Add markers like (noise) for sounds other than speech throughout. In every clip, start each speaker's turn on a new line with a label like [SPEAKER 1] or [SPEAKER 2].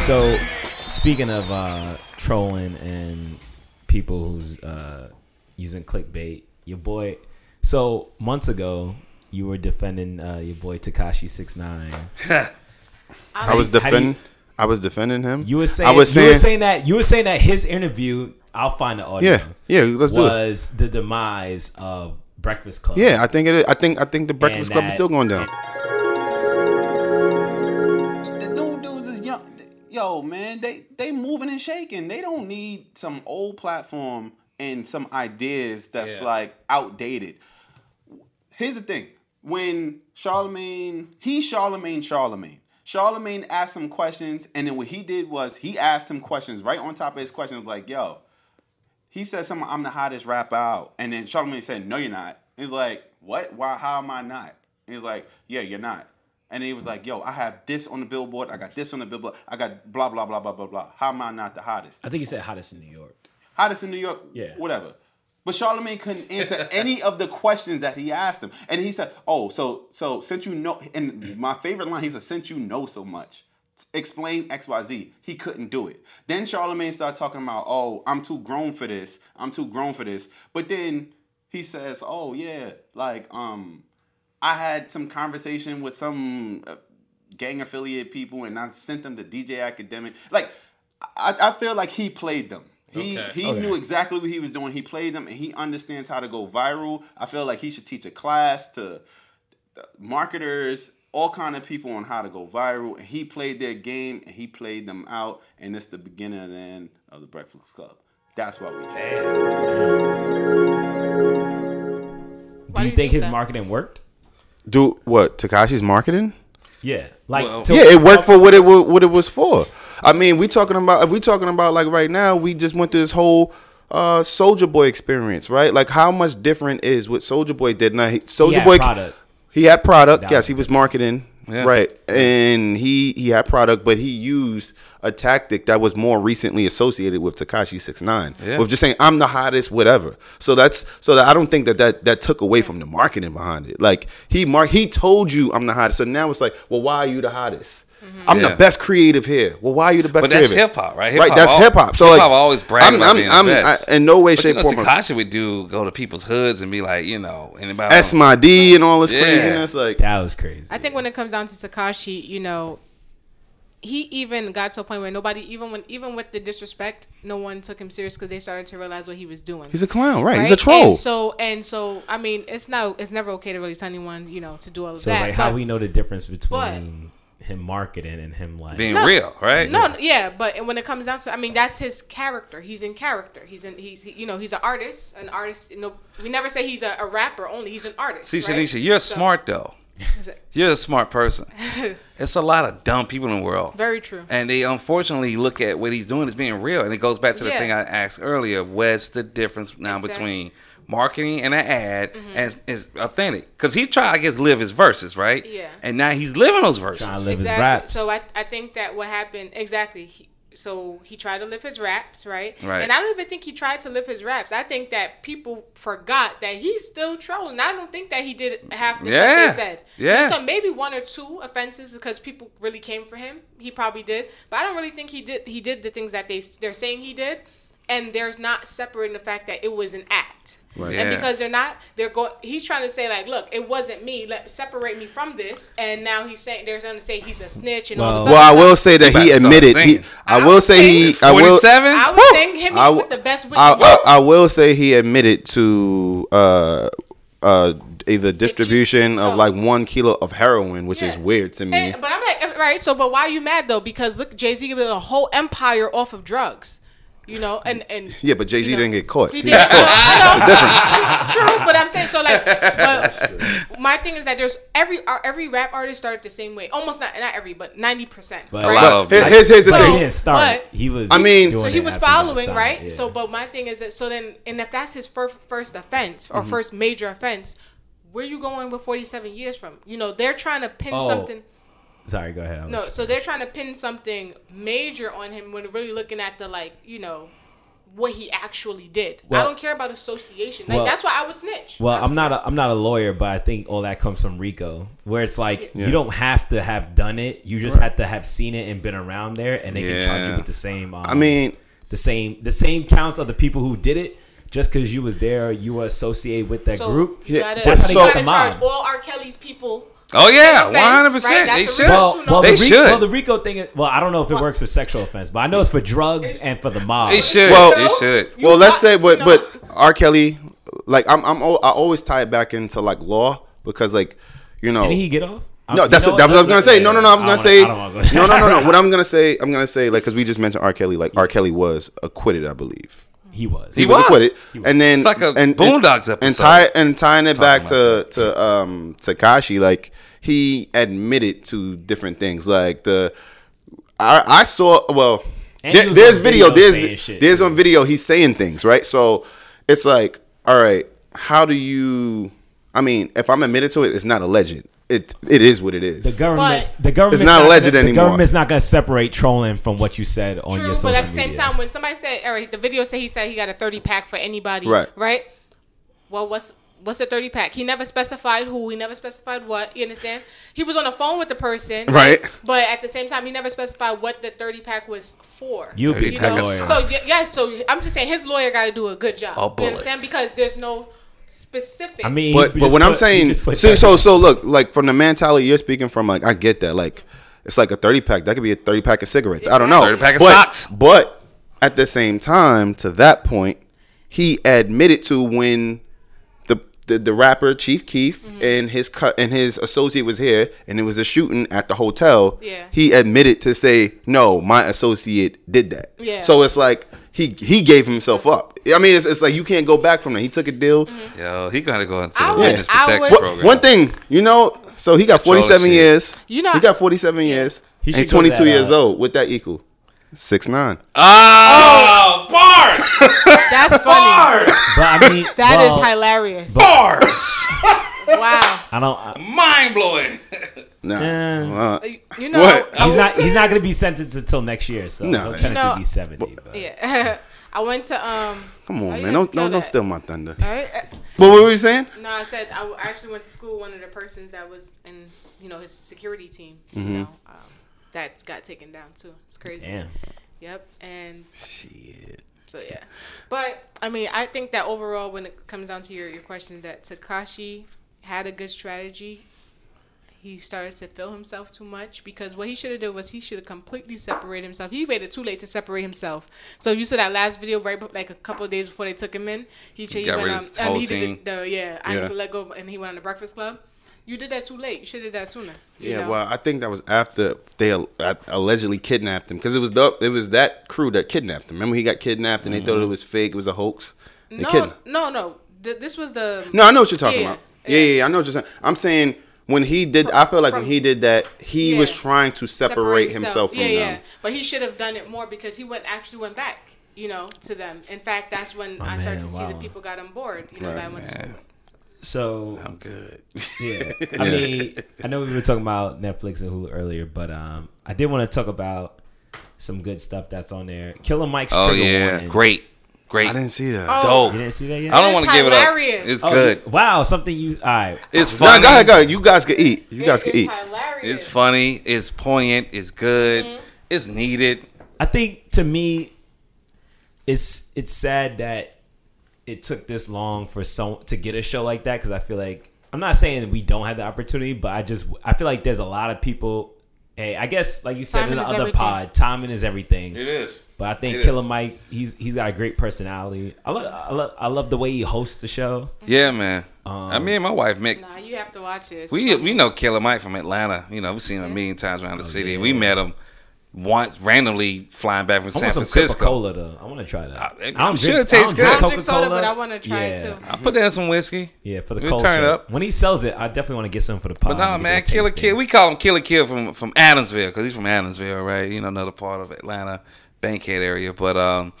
[SPEAKER 1] So, speaking of uh, trolling and people who's uh, using clickbait, your boy. So months ago, you were defending uh, your boy Takashi Six Nine.
[SPEAKER 2] I was
[SPEAKER 1] how do you-
[SPEAKER 2] defending. I was defending him.
[SPEAKER 1] You were saying
[SPEAKER 2] I was
[SPEAKER 1] you
[SPEAKER 2] saying.
[SPEAKER 1] were saying that you were saying that his interview. I'll find the audio.
[SPEAKER 2] yeah, yeah. Let's do it.
[SPEAKER 1] was the demise of Breakfast Club.
[SPEAKER 2] Yeah, I think it. Is, I think. I think the Breakfast
[SPEAKER 1] And
[SPEAKER 2] Club is
[SPEAKER 1] that-
[SPEAKER 2] still going down.
[SPEAKER 3] The new dudes is young. Yo, man, they they moving and shaking. They don't need some old platform and some ideas that's
[SPEAKER 4] Yeah.
[SPEAKER 3] like outdated. Here's the thing: when Charlemagne, he Charlemagne, Charlemagne. Charlemagne asked some questions, and then what he did was he asked some questions right on top of his questions, like, "Yo," he said something, "I'm the hottest rapper out," and then Charlemagne said, "No, you're not." He's like, "What? Why? How am I not?" He's like, "Yeah, you're not." And he was like, "Yo, I have this on the billboard. I got this on the billboard. I got blah blah blah blah blah blah. How am I not the hottest?
[SPEAKER 1] I think he said hottest in New York.
[SPEAKER 3] hottest in New York,
[SPEAKER 1] Yeah.
[SPEAKER 3] whatever. But Charlemagne couldn't answer any of the questions that he asked him, and he said, "Oh, so so since you know," and my favorite line, he said, "Since you know so much, explain X Y Z." He couldn't do it. Then Charlemagne started talking about, "Oh, I'm too grown for this. I'm too grown for this." But then he says, "Oh yeah, like um, I had some conversation with some uh, gang affiliate people, and I sent them to DJ Academic. Like, I, I feel like he played them. He
[SPEAKER 4] Okay.
[SPEAKER 3] he knew exactly what he was doing. He played them, and he understands how to go viral. I feel like he should teach a class to marketers, all kind of people on how to go viral. And he played their game, and he played them out, and it's the beginning and the end of the Breakfast Club. That's why we.
[SPEAKER 1] Do you,
[SPEAKER 5] do
[SPEAKER 1] think
[SPEAKER 5] you think
[SPEAKER 1] his
[SPEAKER 5] that?
[SPEAKER 1] marketing worked?
[SPEAKER 2] Do what? Takashi's marketing.
[SPEAKER 1] Yeah, like
[SPEAKER 4] Well-
[SPEAKER 1] to-
[SPEAKER 2] yeah, it worked for what it was, what it was for. I mean, we talking about if we talking about like right now, we just went through this whole uh Soldier Boy experience, right? Like how much different is what Soldier Boy did now? Soldier
[SPEAKER 1] had
[SPEAKER 2] Boy
[SPEAKER 1] product.
[SPEAKER 2] He had product.
[SPEAKER 1] That
[SPEAKER 2] yes,
[SPEAKER 1] was
[SPEAKER 2] he was marketing.
[SPEAKER 4] Yeah.
[SPEAKER 2] Right. And he he had product, but he used a tactic that was more recently associated with Takashi 69
[SPEAKER 4] Yeah.
[SPEAKER 2] with just saying I'm the hottest whatever. So that's so that I don't think that that that took away from the marketing behind it. Like he mark he told you I'm the hottest. So now it's like, well, why are you the hottest? I'm the
[SPEAKER 4] Yeah.
[SPEAKER 2] best creative here. Well, why are you the best?
[SPEAKER 4] But that's
[SPEAKER 2] creative?
[SPEAKER 4] hip hop, right?
[SPEAKER 2] right, that's
[SPEAKER 4] al-
[SPEAKER 2] hip hop. So like,
[SPEAKER 4] hip-hop always brag
[SPEAKER 2] I'm,
[SPEAKER 4] about
[SPEAKER 2] I'm,
[SPEAKER 4] being
[SPEAKER 2] I'm
[SPEAKER 4] the best.
[SPEAKER 2] I- in no way,
[SPEAKER 4] But
[SPEAKER 2] shape,
[SPEAKER 4] you know,
[SPEAKER 2] form, or
[SPEAKER 4] Takashi would do go to people's hoods and be like, you know, anybody.
[SPEAKER 2] that's my D and all this
[SPEAKER 4] um, Yeah.
[SPEAKER 2] craziness. Like,
[SPEAKER 1] that was crazy.
[SPEAKER 5] I think when it comes down to Takashi, you know, he even got to a point where nobody, even when, even with the disrespect, no one took him serious because they started to realize what he was doing.
[SPEAKER 2] he's a clown, right? He's a
[SPEAKER 5] right?
[SPEAKER 2] troll.
[SPEAKER 5] And so and so, I mean, it's not, it's never okay to release anyone, you know, to do all of
[SPEAKER 1] so
[SPEAKER 5] that.
[SPEAKER 1] like, how
[SPEAKER 5] but-
[SPEAKER 1] we know the difference between him marketing and him like
[SPEAKER 4] being real, right?
[SPEAKER 5] No, yeah, but when it comes down to, I mean, that's his character. He's in character. He's in. He's he, you know he's an artist. An artist. You know, we never say he's a, a rapper only. He's an artist.
[SPEAKER 4] See,
[SPEAKER 5] right?
[SPEAKER 4] Shanisha, you're
[SPEAKER 5] So-
[SPEAKER 4] smart though. You're a
[SPEAKER 5] (laughs)
[SPEAKER 4] smart person. it's a lot of dumb people in the world.
[SPEAKER 5] Very true.
[SPEAKER 4] And they unfortunately look at what he's doing as being real. And it goes back to the
[SPEAKER 5] Yeah.
[SPEAKER 4] thing I asked earlier. What's the difference now
[SPEAKER 5] Exactly.
[SPEAKER 4] between marketing and an ad
[SPEAKER 5] Mm-hmm.
[SPEAKER 4] and is authentic? Because he tried, I guess, live his verses, right?
[SPEAKER 5] Yeah.
[SPEAKER 4] And now he's living those verses.
[SPEAKER 1] trying to live his
[SPEAKER 5] exactly.
[SPEAKER 1] raps.
[SPEAKER 5] So I, I think that what happened exactly. He, so he tried to live his raps, right?
[SPEAKER 4] Right.
[SPEAKER 5] And I don't even think he tried to live his raps. I think that people forgot that he's still trolling. I don't think that he did half the
[SPEAKER 4] Yeah.
[SPEAKER 5] stuff they said.
[SPEAKER 4] Yeah.
[SPEAKER 5] So maybe one or two offenses because people really came for him. He probably did, but I don't really think he did. He did the things that they they're saying he did, and there's not separating the fact that it was an act. Right. And
[SPEAKER 4] Yeah.
[SPEAKER 5] because they're not, they're going. He's trying to say like, look, it wasn't me. Let separate me from this. And now he's saying they're going to say he's a snitch and all this.
[SPEAKER 1] Well-
[SPEAKER 2] Well, I
[SPEAKER 5] other
[SPEAKER 2] will
[SPEAKER 5] stuff.
[SPEAKER 2] say that
[SPEAKER 4] You
[SPEAKER 2] he
[SPEAKER 4] better start
[SPEAKER 2] admitted. He,
[SPEAKER 4] singing.
[SPEAKER 2] I
[SPEAKER 5] I
[SPEAKER 2] will
[SPEAKER 5] was
[SPEAKER 2] say he. I will.
[SPEAKER 4] Forty-seven.
[SPEAKER 5] I was saying him
[SPEAKER 2] I
[SPEAKER 5] with
[SPEAKER 2] w-
[SPEAKER 5] the best wit.
[SPEAKER 2] I, I, I will say he admitted to uh, uh, either distribution of
[SPEAKER 5] oh.
[SPEAKER 2] like one kilo of heroin, which is
[SPEAKER 5] Yeah.
[SPEAKER 2] weird to me.
[SPEAKER 5] And- but I'm like, eh, right? So, but why are you mad though? Because look, Jay Z built a whole empire off of drugs. You know, and and
[SPEAKER 2] yeah, but Jay Z
[SPEAKER 5] you know.
[SPEAKER 2] didn't get caught. He
[SPEAKER 5] He did.
[SPEAKER 2] got
[SPEAKER 5] Well,
[SPEAKER 2] caught. (laughs)
[SPEAKER 5] I know.
[SPEAKER 2] difference.
[SPEAKER 5] (laughs) True, but I'm saying
[SPEAKER 2] (laughs)
[SPEAKER 5] so. Like, but my thing is that there's every ar- every rap artist started the same way. Almost not not every, but ninety percent.
[SPEAKER 1] But-
[SPEAKER 5] right?
[SPEAKER 4] A lot of
[SPEAKER 2] But here- here's, here's the
[SPEAKER 5] So-
[SPEAKER 1] he
[SPEAKER 2] thing.
[SPEAKER 1] didn't start.
[SPEAKER 5] but-
[SPEAKER 1] he was.
[SPEAKER 2] I mean-
[SPEAKER 1] doing
[SPEAKER 5] so he
[SPEAKER 1] it
[SPEAKER 5] was
[SPEAKER 1] after the
[SPEAKER 5] following,
[SPEAKER 1] song,
[SPEAKER 5] right?
[SPEAKER 1] yeah.
[SPEAKER 5] So, but my thing is that so then, and if that's his first first offense
[SPEAKER 1] Mm-hmm.
[SPEAKER 5] or first major offense, where you going with forty seven years from? You know, they're trying to pin
[SPEAKER 1] Oh.
[SPEAKER 5] something.
[SPEAKER 1] sorry, go ahead. I'll let
[SPEAKER 5] No,
[SPEAKER 1] you-
[SPEAKER 5] so they're trying to pin something major on him when really looking at the like, you know, what he actually did. I
[SPEAKER 1] Well-
[SPEAKER 5] don't care about association. Like
[SPEAKER 1] Well-
[SPEAKER 5] that's why I would snitch.
[SPEAKER 1] Well, I'm not a, I'm not a lawyer, but I think all that comes from Rico, where it's like
[SPEAKER 2] Yeah.
[SPEAKER 1] you don't have to have done it, you just have to have seen it and been around there, and they can charge you
[SPEAKER 4] Yeah.
[SPEAKER 1] with the same. Um,
[SPEAKER 2] I mean,
[SPEAKER 1] the same the same counts of the people who did it. Just because you was there, you were associated with that
[SPEAKER 5] so
[SPEAKER 1] group.
[SPEAKER 5] You
[SPEAKER 2] Yeah,
[SPEAKER 5] gotta,
[SPEAKER 1] that's how they
[SPEAKER 5] you
[SPEAKER 1] got
[SPEAKER 5] gotta
[SPEAKER 1] the
[SPEAKER 5] charge
[SPEAKER 1] mob.
[SPEAKER 5] all R. Kelly's people.
[SPEAKER 4] Oh yeah,
[SPEAKER 5] Offense,
[SPEAKER 4] one
[SPEAKER 5] right?
[SPEAKER 4] hundred percent. They
[SPEAKER 5] That's a
[SPEAKER 4] should.
[SPEAKER 5] real-
[SPEAKER 1] Well,
[SPEAKER 5] Don't you
[SPEAKER 1] well,
[SPEAKER 5] know?
[SPEAKER 1] the
[SPEAKER 4] They
[SPEAKER 1] Rico,
[SPEAKER 4] should.
[SPEAKER 1] well, the Rico thing. Is, well, I don't know if it works for sexual offense, but I know it's for drugs and for the mob.
[SPEAKER 4] They should.
[SPEAKER 2] Well-
[SPEAKER 4] they should.
[SPEAKER 5] You
[SPEAKER 2] well, let's
[SPEAKER 5] got-
[SPEAKER 2] say, but
[SPEAKER 5] no.
[SPEAKER 2] but R. Kelly, like I'm, I'm, al- I always tie it back into like law because like you know.
[SPEAKER 1] Didn't he get off? you
[SPEAKER 2] no, that's
[SPEAKER 1] know
[SPEAKER 2] what, that's what I was
[SPEAKER 1] that's
[SPEAKER 2] gonna say. No, no, no. I was
[SPEAKER 1] don't
[SPEAKER 2] gonna say.
[SPEAKER 1] wanna- I don't wanna go
[SPEAKER 2] No, no,
[SPEAKER 1] there.
[SPEAKER 2] no, no. What I'm gonna say, I'm gonna say, like, because we just mentioned R. Kelly. Like, R. Kelly was acquitted, I believe.
[SPEAKER 1] (laughs) He was.
[SPEAKER 2] He
[SPEAKER 1] He
[SPEAKER 2] was,
[SPEAKER 1] was.
[SPEAKER 4] was.
[SPEAKER 2] acquitted, and then
[SPEAKER 4] It's like a
[SPEAKER 2] and, and-
[SPEAKER 4] Boondocks
[SPEAKER 2] And,
[SPEAKER 4] episode.
[SPEAKER 2] tie, and tying it back to to um Takashi, like he admitted to different things, like the I, I saw well
[SPEAKER 1] And he
[SPEAKER 2] there-
[SPEAKER 1] was
[SPEAKER 2] there's
[SPEAKER 1] on
[SPEAKER 2] video,
[SPEAKER 1] video saying
[SPEAKER 2] there's
[SPEAKER 1] shit,
[SPEAKER 2] there's on video he's saying things right, so it's like all right, how do you? I mean, if I'm admitted to it, it's not a legend. It it is what it is.
[SPEAKER 1] The government.
[SPEAKER 5] But-
[SPEAKER 1] The government's
[SPEAKER 2] not alleged
[SPEAKER 1] gonna-
[SPEAKER 2] anymore.
[SPEAKER 1] The government's not going to separate trolling from what you said on your
[SPEAKER 5] True,
[SPEAKER 1] social
[SPEAKER 5] but at the same
[SPEAKER 1] media.
[SPEAKER 5] time, when somebody said, "Eric, the video said he said he got a thirty pack for anybody,"
[SPEAKER 2] Right.
[SPEAKER 5] Right. Well, what's what's a thirty pack? He never specified who. He never specified what. You understand? He was on the phone with the person.
[SPEAKER 2] Right.
[SPEAKER 5] But at the same time, he never specified what the thirty pack was for.
[SPEAKER 1] you be
[SPEAKER 4] You
[SPEAKER 1] a
[SPEAKER 4] pack
[SPEAKER 1] good
[SPEAKER 4] of
[SPEAKER 1] lawyer.
[SPEAKER 5] So yes, yeah, so I'm just saying his lawyer got to do a good job.
[SPEAKER 4] Or
[SPEAKER 5] you understand?
[SPEAKER 4] bullets.
[SPEAKER 5] Because there's no specific.
[SPEAKER 1] I mean,
[SPEAKER 2] but
[SPEAKER 1] he
[SPEAKER 2] but
[SPEAKER 1] just
[SPEAKER 2] when I'm
[SPEAKER 1] put- he
[SPEAKER 2] saying
[SPEAKER 1] just
[SPEAKER 2] so,
[SPEAKER 1] put
[SPEAKER 2] so so look like from the mentality you're speaking from like I get that like it's like a thirty pack that could be a thirty pack of cigarettes I don't know
[SPEAKER 4] 30 pack of
[SPEAKER 2] but,
[SPEAKER 4] socks.
[SPEAKER 2] but at the same time to that point he admitted to when the the, the rapper Chief Keef
[SPEAKER 1] Mm-hmm.
[SPEAKER 2] and his cut and his associate was here and it was a shooting at the hotel
[SPEAKER 5] Yeah.
[SPEAKER 2] he admitted to say no my associate did that
[SPEAKER 5] Yeah.
[SPEAKER 2] so it's like he he gave himself up I mean it's, it's like you can't go back from that he took a deal.
[SPEAKER 4] Yo, he gotta go into
[SPEAKER 5] I
[SPEAKER 4] the
[SPEAKER 5] would-
[SPEAKER 4] witness
[SPEAKER 5] I
[SPEAKER 4] protection
[SPEAKER 5] would-
[SPEAKER 4] program.
[SPEAKER 2] One thing, you know, so he got
[SPEAKER 4] Control
[SPEAKER 2] 47
[SPEAKER 4] shit.
[SPEAKER 2] years.
[SPEAKER 5] You know-
[SPEAKER 2] he got 47 years.
[SPEAKER 1] He
[SPEAKER 2] and he's
[SPEAKER 1] should go
[SPEAKER 2] 22
[SPEAKER 1] that,
[SPEAKER 2] years
[SPEAKER 1] uh,
[SPEAKER 2] old. What that equal? Six nine.
[SPEAKER 4] Oh, bars,
[SPEAKER 5] that's funny.
[SPEAKER 4] bars,
[SPEAKER 1] But I mean,
[SPEAKER 5] (laughs) That is
[SPEAKER 1] well,
[SPEAKER 5] hilarious.
[SPEAKER 4] bars.
[SPEAKER 5] Wow.
[SPEAKER 1] I don't. I,
[SPEAKER 4] Mind blowing.
[SPEAKER 2] Nah.
[SPEAKER 1] Eh.
[SPEAKER 2] Uh,
[SPEAKER 5] You- You know.
[SPEAKER 2] What?
[SPEAKER 5] I
[SPEAKER 1] he's
[SPEAKER 5] was-
[SPEAKER 1] not. He's not going to be sentenced until next year. So
[SPEAKER 2] No.
[SPEAKER 1] he'll
[SPEAKER 2] You
[SPEAKER 1] technically
[SPEAKER 5] know-
[SPEAKER 1] be seventy. but-
[SPEAKER 5] Yeah. I went to (laughs) um.
[SPEAKER 2] come
[SPEAKER 5] Oh,
[SPEAKER 2] on, man.
[SPEAKER 5] you
[SPEAKER 2] Don't
[SPEAKER 5] have to know
[SPEAKER 2] don't, don't
[SPEAKER 5] that.
[SPEAKER 2] steal my thunder.
[SPEAKER 5] All right. Uh,
[SPEAKER 2] But what were you saying?
[SPEAKER 5] No, I said I w- I actually went to school. with One of the persons that was in, you know, his security team, you know, um, that got taken down too. It's crazy.
[SPEAKER 1] Damn.
[SPEAKER 5] Yep. And So yeah, but I mean, I think that overall, when it comes down to your your question, that Takashi had a good strategy. He started to fill himself too much because what he should have done was he should have completely separated himself. He waited too late to separate himself. So you saw that last video right, be- like a couple of days before they took him in. He should he
[SPEAKER 4] Got
[SPEAKER 5] went
[SPEAKER 4] rid of
[SPEAKER 5] um,
[SPEAKER 4] his
[SPEAKER 5] and
[SPEAKER 4] whole
[SPEAKER 5] he
[SPEAKER 4] team.
[SPEAKER 5] did the, the yeah, I
[SPEAKER 2] Yeah.
[SPEAKER 5] need to let go, and he went on the Breakfast Club. You did that too late. You should have done that sooner. you
[SPEAKER 2] Yeah,
[SPEAKER 5] know?
[SPEAKER 2] well, I think that was after they al- allegedly kidnapped him because it was the it was that crew that kidnapped him. Remember, he got kidnapped and they thought it was fake. It was a hoax. They
[SPEAKER 5] no,
[SPEAKER 2] kidnapped.
[SPEAKER 5] no, no. Th- this was the
[SPEAKER 2] No, I know what you're talking
[SPEAKER 5] Yeah,
[SPEAKER 2] about. Yeah, yeah, yeah, I know what you're saying. I'm saying when he did, I feel like when he did that, he was
[SPEAKER 5] Yeah.
[SPEAKER 2] trying to separate, himself from
[SPEAKER 5] yeah,
[SPEAKER 2] them.
[SPEAKER 5] yeah. But he should have done it more because he went actually went back, you know, to them. In fact, that's when I
[SPEAKER 1] man,
[SPEAKER 5] started to see
[SPEAKER 1] wow.
[SPEAKER 5] that people got on board. You know, that went to
[SPEAKER 1] So
[SPEAKER 4] (laughs) I'm good.
[SPEAKER 2] (laughs)
[SPEAKER 1] Yeah. I mean, I know we were talking about Netflix and Hulu earlier, but um, I did want to talk about some good stuff that's on there. Killer Mike's
[SPEAKER 4] Oh
[SPEAKER 1] trigger
[SPEAKER 4] yeah,
[SPEAKER 1] warning.
[SPEAKER 4] great, great,
[SPEAKER 2] I didn't see that.
[SPEAKER 5] Oh,
[SPEAKER 4] dope.
[SPEAKER 1] You didn't see that yet?
[SPEAKER 4] I don't
[SPEAKER 5] That
[SPEAKER 4] want
[SPEAKER 5] is
[SPEAKER 4] to give it up.
[SPEAKER 5] hilarious.
[SPEAKER 4] It's
[SPEAKER 1] Oh,
[SPEAKER 4] good.
[SPEAKER 1] Wow, something you. All right.
[SPEAKER 4] It's
[SPEAKER 2] Nah,
[SPEAKER 4] funny.
[SPEAKER 2] go ahead, go ahead. Uh, You guys can eat. You guys
[SPEAKER 5] it
[SPEAKER 2] can
[SPEAKER 5] is
[SPEAKER 2] eat.
[SPEAKER 5] hilarious.
[SPEAKER 4] It's funny. It's poignant. It's good. It's needed.
[SPEAKER 1] I think to me, it's it's sad that it took this long for so to get a show like that because I feel like I'm not saying we don't have the opportunity, but I just I feel like there's a lot of people. Hey, I guess like you said
[SPEAKER 5] Timing
[SPEAKER 1] in the
[SPEAKER 5] is
[SPEAKER 1] other
[SPEAKER 5] everything.
[SPEAKER 1] pod, timing is everything.
[SPEAKER 4] is.
[SPEAKER 1] But I think
[SPEAKER 4] It
[SPEAKER 1] Killer
[SPEAKER 4] is.
[SPEAKER 1] Mike, he's he's got a great personality. I love I love I love the way he hosts the show.
[SPEAKER 4] Yeah, man. I mean, my wife Mick.
[SPEAKER 5] Nah, you have to watch this.
[SPEAKER 4] We we know Killer Mike from Atlanta. You know, we've seen him a million times
[SPEAKER 1] Oh,
[SPEAKER 4] around the city. We met him once randomly flying back from
[SPEAKER 1] I
[SPEAKER 4] San
[SPEAKER 1] want some Coca
[SPEAKER 4] Francisco.
[SPEAKER 1] Cola though. I want to try that.
[SPEAKER 4] I- I'm
[SPEAKER 1] don't
[SPEAKER 4] sure
[SPEAKER 1] drink-
[SPEAKER 4] it tastes
[SPEAKER 1] don't
[SPEAKER 4] good.
[SPEAKER 5] I
[SPEAKER 1] drink
[SPEAKER 5] don't drink soda, but
[SPEAKER 1] Coca-Cola.
[SPEAKER 5] I want to try it
[SPEAKER 1] Yeah.
[SPEAKER 5] too.
[SPEAKER 4] I put that in some whiskey.
[SPEAKER 1] Yeah, for the
[SPEAKER 4] We'll
[SPEAKER 1] culture.
[SPEAKER 4] turn it up.
[SPEAKER 1] When he sells it, I definitely want to get some for the pod.
[SPEAKER 4] But no,
[SPEAKER 1] to get
[SPEAKER 4] man,
[SPEAKER 1] a taste
[SPEAKER 4] Killer
[SPEAKER 1] in.
[SPEAKER 4] Kill. We call him Killer Kill from from Adamsville because he's from Adamsville, right? You know, another part of Atlanta, Bankhead area. But um,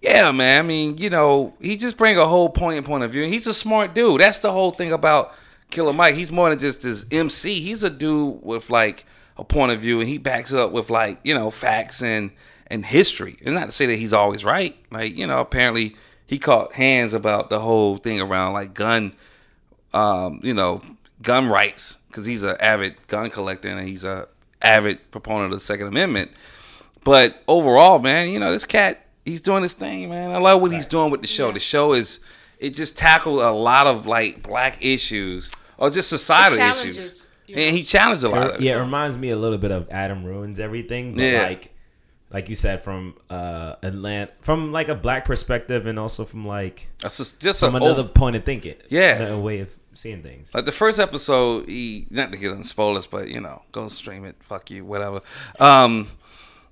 [SPEAKER 4] yeah, man. I mean, you know, he just bring a whole poignant point of view. He's a smart dude. That's the whole thing about Killer Mike. He's more than just this MC. He's a dude with like a point of view and he backs it up with like you know facts and and history. It's not to say that he's always right. Like you know, apparently he caught hands about the whole thing around like gun, um, you know, gun rights because he's an avid gun collector and he's a avid proponent of the Second Amendment. But overall, man, you know, this cat, he's doing his thing, man. I love what he's doing with the show. The show is it just tackled a lot of like black issues or just societal
[SPEAKER 5] challenges, you
[SPEAKER 4] issues.
[SPEAKER 5] know.
[SPEAKER 4] And he challenged a lot of
[SPEAKER 1] Uh, yeah,
[SPEAKER 4] it.
[SPEAKER 1] it reminds me a little bit of Adam ruins everything. But
[SPEAKER 4] Yeah.
[SPEAKER 1] like, like you said, from uh, Atlanta, from like a black perspective, and also from like
[SPEAKER 4] That's just, just
[SPEAKER 1] from
[SPEAKER 4] a
[SPEAKER 1] another
[SPEAKER 4] over-
[SPEAKER 1] point of thinking.
[SPEAKER 4] Yeah.
[SPEAKER 1] a way of seeing things.
[SPEAKER 4] like the first episode, he not to get on spoilers, but you know, go stream it. Fuck you, whatever. Um, (laughs)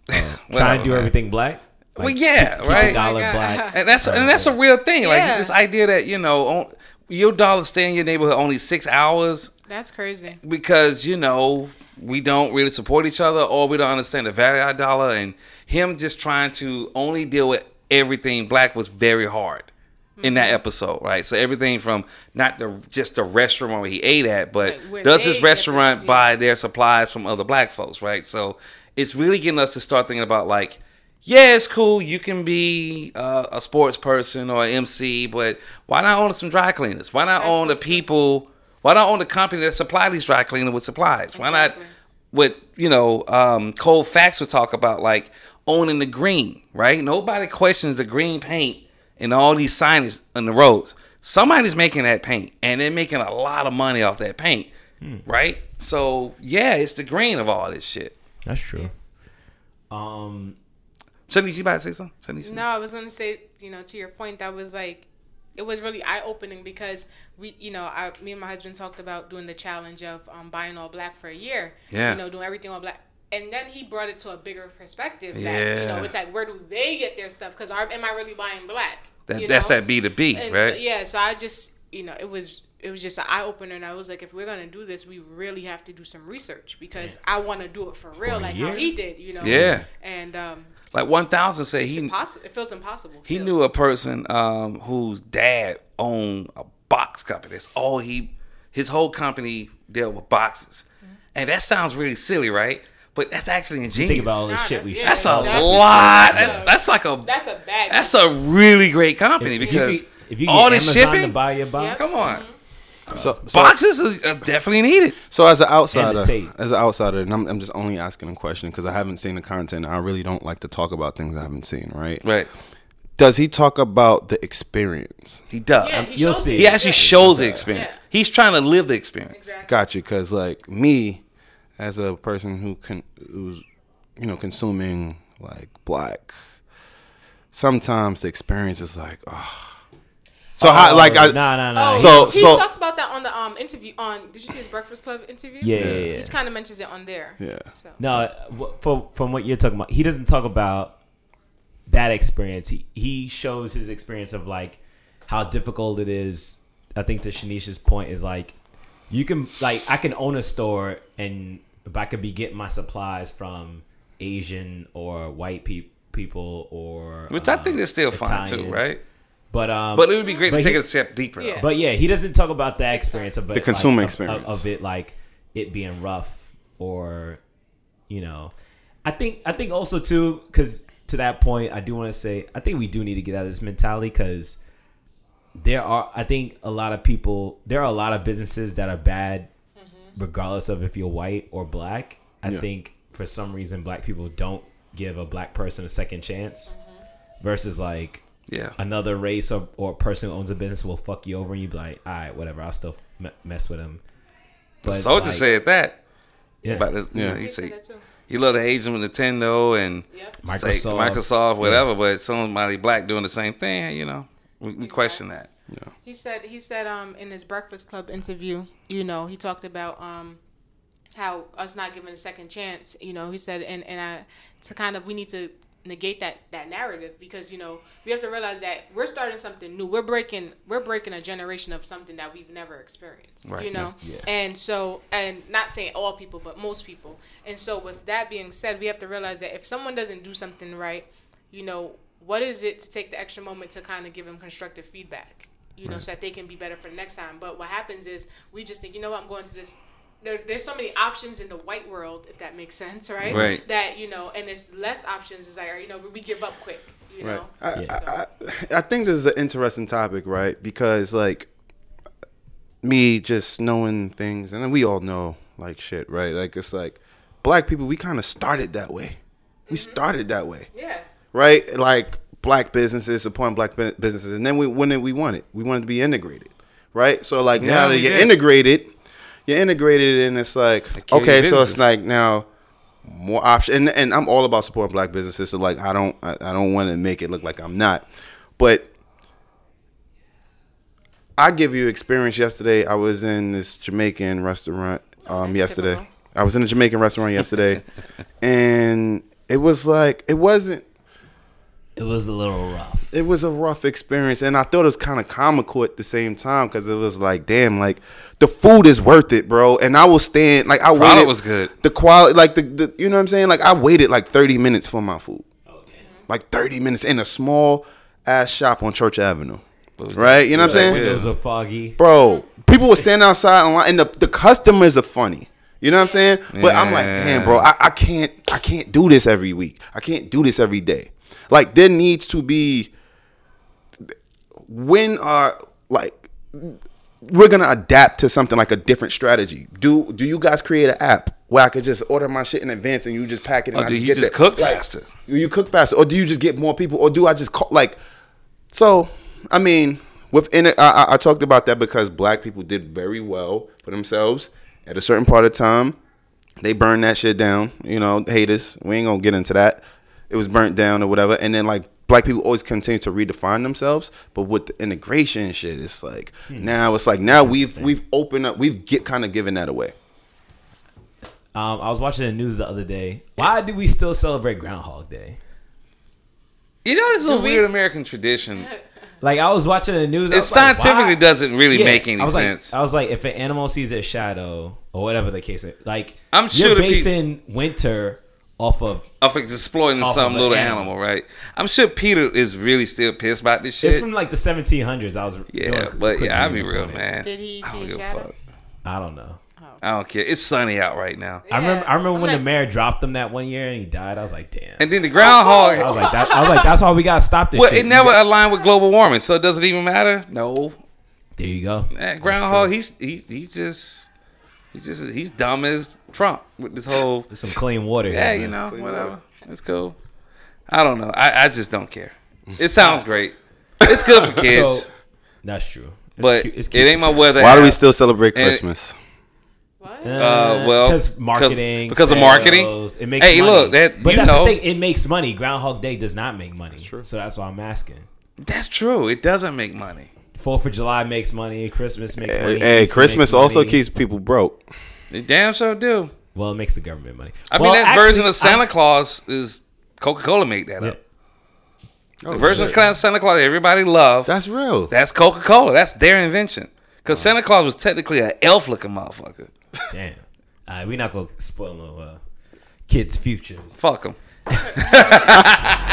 [SPEAKER 1] Try
[SPEAKER 4] whatever,
[SPEAKER 1] and do
[SPEAKER 4] man.
[SPEAKER 1] everything black.
[SPEAKER 4] Well,
[SPEAKER 1] Like,
[SPEAKER 4] yeah,
[SPEAKER 1] keep the
[SPEAKER 4] right.
[SPEAKER 1] dollar
[SPEAKER 5] Oh my God. (laughs)
[SPEAKER 1] black.
[SPEAKER 4] and that's and that's a real thing.
[SPEAKER 5] Yeah.
[SPEAKER 4] Like this idea that you know, on, your dollar stay in your neighborhood only six hours
[SPEAKER 5] That's crazy.
[SPEAKER 4] because you know we don't really support each other or we don't understand the value of our dollar. And him just trying to only deal with everything black was very hard in
[SPEAKER 5] Mm-hmm.
[SPEAKER 4] that episode, right? So everything from not the just the restaurant where he ate at, but
[SPEAKER 5] Like, where
[SPEAKER 4] does
[SPEAKER 5] they
[SPEAKER 4] this
[SPEAKER 5] get the-
[SPEAKER 4] restaurant
[SPEAKER 5] yeah.
[SPEAKER 4] buy their supplies from other black folks, right? So it's really getting us to start thinking about like, yeah, it's cool. You can be uh, a sports person or an MC, but why not own some dry cleaners? Why not own the people? Why not own the company that supply these dry cleaner with supplies? Why not?
[SPEAKER 5] Exactly.
[SPEAKER 4] What you know, um, Cole Fax would talk about like owning the green, right? Nobody questions the green paint and all these signage on the roads. Somebody's making that paint, and they're making a lot of money off that paint, right? So yeah, it's the green of all this shit.
[SPEAKER 1] That's true. Um,
[SPEAKER 4] Sunny, you about to say something? Sunny,
[SPEAKER 5] No, I was gonna say, you know, to your point, that was like, it was really eye opening because we, you know, I, me and my husband talked about doing the challenge of um, buying all black for a year.
[SPEAKER 4] Yeah.
[SPEAKER 5] You know, doing everything all black. And then he brought it to a bigger perspective. That, You
[SPEAKER 4] Yeah.
[SPEAKER 5] know, it's like, where do they get their stuff? Because am I really buying black?
[SPEAKER 4] That,
[SPEAKER 5] You
[SPEAKER 4] that's
[SPEAKER 5] know?
[SPEAKER 4] that B two B,
[SPEAKER 5] And
[SPEAKER 4] right?
[SPEAKER 5] So, yeah. So I just, you know, it was it was just an eye opener, and I was like, if we're gonna do this, we really have to do some research because I want to do it for
[SPEAKER 1] a
[SPEAKER 5] real, like how
[SPEAKER 1] year?
[SPEAKER 5] he did, you know.
[SPEAKER 4] Yeah.
[SPEAKER 5] And um,
[SPEAKER 4] Like one thousand said
[SPEAKER 5] it's
[SPEAKER 4] he
[SPEAKER 5] impossible. It feels impossible.
[SPEAKER 4] he
[SPEAKER 5] Feels.
[SPEAKER 4] knew a person um, whose dad owned a box company. That's all he his whole company dealt with boxes,
[SPEAKER 5] Mm-hmm.
[SPEAKER 4] and that sounds really silly, right? But that's actually ingenious.
[SPEAKER 1] think about all this
[SPEAKER 5] Nah,
[SPEAKER 1] shit we.
[SPEAKER 5] that's-
[SPEAKER 4] that's a
[SPEAKER 5] yeah, that's-
[SPEAKER 4] lot.
[SPEAKER 5] that's
[SPEAKER 4] That's
[SPEAKER 5] a-
[SPEAKER 4] that's like a
[SPEAKER 5] That's a bad.
[SPEAKER 4] that's a really great company
[SPEAKER 1] If you
[SPEAKER 4] because
[SPEAKER 1] could- if you could
[SPEAKER 4] all
[SPEAKER 1] get
[SPEAKER 4] this
[SPEAKER 1] Amazon to
[SPEAKER 4] shipping.
[SPEAKER 1] buy your box,
[SPEAKER 5] Yep.
[SPEAKER 4] come on,
[SPEAKER 2] So, so-
[SPEAKER 4] boxes are, are definitely needed.
[SPEAKER 2] So as an
[SPEAKER 1] And
[SPEAKER 2] outsider,
[SPEAKER 1] the tape.
[SPEAKER 2] as an outsider, and I'm, I'm just only asking a question because I haven't seen the content. And I really don't like to talk about things I haven't seen. Right?
[SPEAKER 4] Right,
[SPEAKER 2] Does he talk about the experience?
[SPEAKER 4] he does.
[SPEAKER 5] Yeah, he
[SPEAKER 1] You'll
[SPEAKER 5] shows
[SPEAKER 1] see.
[SPEAKER 5] it.
[SPEAKER 4] He actually
[SPEAKER 5] Yeah.
[SPEAKER 4] shows the experience.
[SPEAKER 5] Yeah.
[SPEAKER 4] He's trying to live the experience.
[SPEAKER 5] Exactly.
[SPEAKER 2] Got you, because like me, as a person who con- who's you know consuming like black, sometimes the experience is like, oh.
[SPEAKER 1] Oh,
[SPEAKER 2] So how like I
[SPEAKER 1] nah, nah, nah.
[SPEAKER 5] Oh,
[SPEAKER 1] He-
[SPEAKER 2] So-
[SPEAKER 5] he,
[SPEAKER 2] so-
[SPEAKER 5] he talks about that on the um interview on. Did you see his Breakfast Club interview?
[SPEAKER 1] Yeah, yeah, yeah.
[SPEAKER 5] He kind of mentions it on there.
[SPEAKER 2] Yeah.
[SPEAKER 5] So.
[SPEAKER 1] No, uh, wh- for, from what you're talking about, he doesn't talk about that experience. He, he shows his experience of like how difficult it is. I think to Shanisha's point is like you can like I can own a store and if I could be getting my supplies from Asian or white peop people or
[SPEAKER 4] Which I think
[SPEAKER 1] um,
[SPEAKER 4] they're still fine too,
[SPEAKER 1] Italians.
[SPEAKER 4] right?
[SPEAKER 1] But um,
[SPEAKER 4] But it would be great to
[SPEAKER 1] But
[SPEAKER 4] take
[SPEAKER 1] he-
[SPEAKER 4] it a step deeper.
[SPEAKER 5] Yeah.
[SPEAKER 1] but yeah, he doesn't talk about that experience of
[SPEAKER 2] The
[SPEAKER 1] like,
[SPEAKER 2] consumer
[SPEAKER 1] of-
[SPEAKER 2] experience.
[SPEAKER 1] of, of it, like it being rough or you know. I think I think also too because to that point, I do want to say I think we do need to get out of this mentality because there are I think a lot of people there are a lot of businesses that are bad regardless of if you're white or black. I
[SPEAKER 2] Yeah.
[SPEAKER 1] think for some reason black people don't give a black person a second chance versus like
[SPEAKER 4] Yeah.
[SPEAKER 1] another race or, or person who owns a business will fuck you over and you be like, all right, whatever, I'll still m- mess with him. But it's
[SPEAKER 4] Soldier
[SPEAKER 1] like-
[SPEAKER 4] said that.
[SPEAKER 1] yeah,
[SPEAKER 4] About the, you
[SPEAKER 2] Yeah.
[SPEAKER 4] know, he
[SPEAKER 5] He said
[SPEAKER 4] said
[SPEAKER 5] that too.
[SPEAKER 4] he loved the Asian with Nintendo and
[SPEAKER 5] Yep.
[SPEAKER 4] say
[SPEAKER 1] Microsoft.
[SPEAKER 4] Microsoft, whatever. But somebody black doing the same thing, you know, we, we question that.
[SPEAKER 5] He said he said um in his Breakfast Club interview, you know, he talked about um how us not given a second chance, you know, he said and and I to kind of we need to negate that that narrative because you know we have to realize that we're starting something new we're breaking we're breaking a generation of something that we've never experienced
[SPEAKER 4] Right,
[SPEAKER 5] you know and so and not saying all people but most people and so with that being said we have to realize that if someone doesn't do something right you know what is it to take the extra moment to kind of give them constructive feedback you know so that they can be better for the next time but what happens is we just think you know what i'm going to this there, there's so many options in the white world, if that makes sense, right?
[SPEAKER 4] Right.
[SPEAKER 5] That you know, and it's less options. It's like you know, we give up quick. You
[SPEAKER 3] Right.
[SPEAKER 5] know.
[SPEAKER 3] I,
[SPEAKER 1] Yeah.
[SPEAKER 3] I, I, I think this is an interesting topic, right? Because like me just knowing things, and we all know like shit, right? Like it's like black people, we kind of started that way. We
[SPEAKER 4] Mm-hmm.
[SPEAKER 3] started that way,
[SPEAKER 5] yeah.
[SPEAKER 3] right? Like black businesses supporting black bu- businesses, and then we when did we want it? We wanted to be integrated, right? So like now that
[SPEAKER 4] we
[SPEAKER 3] you're
[SPEAKER 4] did.
[SPEAKER 3] integrated, you're integrated, and it's like
[SPEAKER 4] carry
[SPEAKER 3] okay, so it's
[SPEAKER 4] businesses.
[SPEAKER 3] like now more option and, and i'm all about supporting black businesses so like i don't i, I don't want to make it look like i'm not but i give you experience yesterday i was in this jamaican restaurant um
[SPEAKER 5] Oh, that's
[SPEAKER 3] yesterday
[SPEAKER 5] typical.
[SPEAKER 3] i was in a jamaican restaurant
[SPEAKER 5] (laughs)
[SPEAKER 3] yesterday and it was like it wasn't
[SPEAKER 1] It was a little rough.
[SPEAKER 3] it was a rough experience and i thought it was kind of comical at the same time because it was like damn like the food is worth it bro and i will stand like i
[SPEAKER 4] Product
[SPEAKER 3] waited
[SPEAKER 4] was good.
[SPEAKER 3] the quality like the, the you know what i'm saying like i waited like 30 minutes for my food like 30 minutes in a small ass shop on church avenue
[SPEAKER 4] But it was-
[SPEAKER 3] right you know what i'm saying
[SPEAKER 1] Windows are foggy.
[SPEAKER 3] bro people would stand outside in line, and the, the customers are funny you know what i'm saying but i'm like
[SPEAKER 4] Yeah.
[SPEAKER 3] damn bro I, I can't i can't do this every week i can't do this every day like there needs to be when are like we're gonna adapt to something like a different strategy do do you guys create an app where i could just order my shit in advance and you just pack it and
[SPEAKER 4] Or
[SPEAKER 3] i
[SPEAKER 4] do
[SPEAKER 3] just
[SPEAKER 4] you
[SPEAKER 3] get
[SPEAKER 4] just
[SPEAKER 3] that?
[SPEAKER 4] cook
[SPEAKER 3] Like,
[SPEAKER 4] faster?
[SPEAKER 3] do you cook faster or do you just get more people or do i just call like so i mean within it I, I- I talked about that because black people did very well for themselves at a certain part of time they burned that shit down you know haters we ain't gonna get into that it was burnt down or whatever and then like black people always continue to redefine themselves but with the integration shit it's like now it's like now we've we've opened up we've get kind of given that away
[SPEAKER 1] Um, I was watching the news the other day. Why do we still celebrate Groundhog Day?
[SPEAKER 4] You know, this is a
[SPEAKER 5] we-
[SPEAKER 4] weird American tradition.
[SPEAKER 1] Like I was watching the news. I
[SPEAKER 4] It
[SPEAKER 1] was like,
[SPEAKER 4] scientifically
[SPEAKER 1] why?
[SPEAKER 4] doesn't really
[SPEAKER 1] Yeah,
[SPEAKER 4] make any
[SPEAKER 1] I was like- uh,
[SPEAKER 4] sense.
[SPEAKER 1] I was like, if an animal sees a shadow or whatever the case, is, like
[SPEAKER 4] I'm sure
[SPEAKER 1] you're
[SPEAKER 4] the peop-
[SPEAKER 1] basing winter off of.
[SPEAKER 4] Off of exploiting
[SPEAKER 1] Off
[SPEAKER 4] some
[SPEAKER 1] of an
[SPEAKER 4] little
[SPEAKER 1] animal.
[SPEAKER 4] animal. right? I'm sure Peter is really still pissed about this
[SPEAKER 1] It's
[SPEAKER 4] shit.
[SPEAKER 1] from like the 1700s. I was doing
[SPEAKER 4] yeah,
[SPEAKER 1] a
[SPEAKER 4] but
[SPEAKER 1] quick
[SPEAKER 4] yeah, I'll be
[SPEAKER 1] reading
[SPEAKER 4] real,
[SPEAKER 1] on it.
[SPEAKER 4] man.
[SPEAKER 5] Did he
[SPEAKER 4] I don't
[SPEAKER 5] see a
[SPEAKER 4] give a
[SPEAKER 5] shadow?
[SPEAKER 4] fuck.
[SPEAKER 1] I don't know.
[SPEAKER 4] I don't care. It's sunny out right now.
[SPEAKER 1] I remember. I remember
[SPEAKER 5] I'm
[SPEAKER 1] when
[SPEAKER 5] like-
[SPEAKER 1] the mayor dropped him that one year and he died. I was like, damn.
[SPEAKER 4] And then the groundhog.
[SPEAKER 1] I was like, that, I was like, that's why we gotta stop this.
[SPEAKER 4] Well,
[SPEAKER 1] shit.
[SPEAKER 4] it never aligned with global warming, so it doesn't even matter. No,
[SPEAKER 1] There you go.
[SPEAKER 4] that groundhog. He's he he just he just he's dumb as Trump with this whole.
[SPEAKER 1] There's some clean water.
[SPEAKER 4] Yeah,
[SPEAKER 1] here,
[SPEAKER 4] you
[SPEAKER 1] man.
[SPEAKER 4] know, whatever. It's cool. I don't know. I, I just don't care. It sounds great. It's good for kids,
[SPEAKER 1] So that's true. It's
[SPEAKER 4] but
[SPEAKER 1] cute- it's
[SPEAKER 4] it ain't my weather.
[SPEAKER 3] why do we
[SPEAKER 4] app.
[SPEAKER 3] still celebrate
[SPEAKER 4] And-
[SPEAKER 3] christmas
[SPEAKER 5] What?
[SPEAKER 4] Uh, well,
[SPEAKER 1] because
[SPEAKER 4] 'cause-
[SPEAKER 1] marketing,
[SPEAKER 4] because of marketing?
[SPEAKER 1] sales, It makes
[SPEAKER 4] Hey,
[SPEAKER 1] money.
[SPEAKER 4] look, that-
[SPEAKER 1] but
[SPEAKER 4] you
[SPEAKER 1] that's
[SPEAKER 4] know.
[SPEAKER 1] the thing. It makes money. Groundhog Day does not make money. So that's why I'm asking.
[SPEAKER 4] That's true. It doesn't make money.
[SPEAKER 1] Fourth of July makes money. Christmas makes money.
[SPEAKER 3] hey
[SPEAKER 1] Easter
[SPEAKER 3] christmas
[SPEAKER 1] makes
[SPEAKER 3] also
[SPEAKER 1] money.
[SPEAKER 3] keeps people broke
[SPEAKER 4] It damn sure do.
[SPEAKER 1] Well, it makes the government money.
[SPEAKER 4] I
[SPEAKER 1] Well,
[SPEAKER 4] mean, that version
[SPEAKER 1] actually,
[SPEAKER 4] of Santa
[SPEAKER 1] I'm-
[SPEAKER 4] Claus is Coca Cola made that
[SPEAKER 1] Yeah.
[SPEAKER 4] up. The version of Cla- Santa Claus everybody loved.
[SPEAKER 3] that's real
[SPEAKER 4] That's Coca Cola. That's their invention. Because Santa Claus was technically an elf looking motherfucker.
[SPEAKER 1] Damn. All right, we're not gonna spoil no uh, kids' futures.
[SPEAKER 4] Fuck him.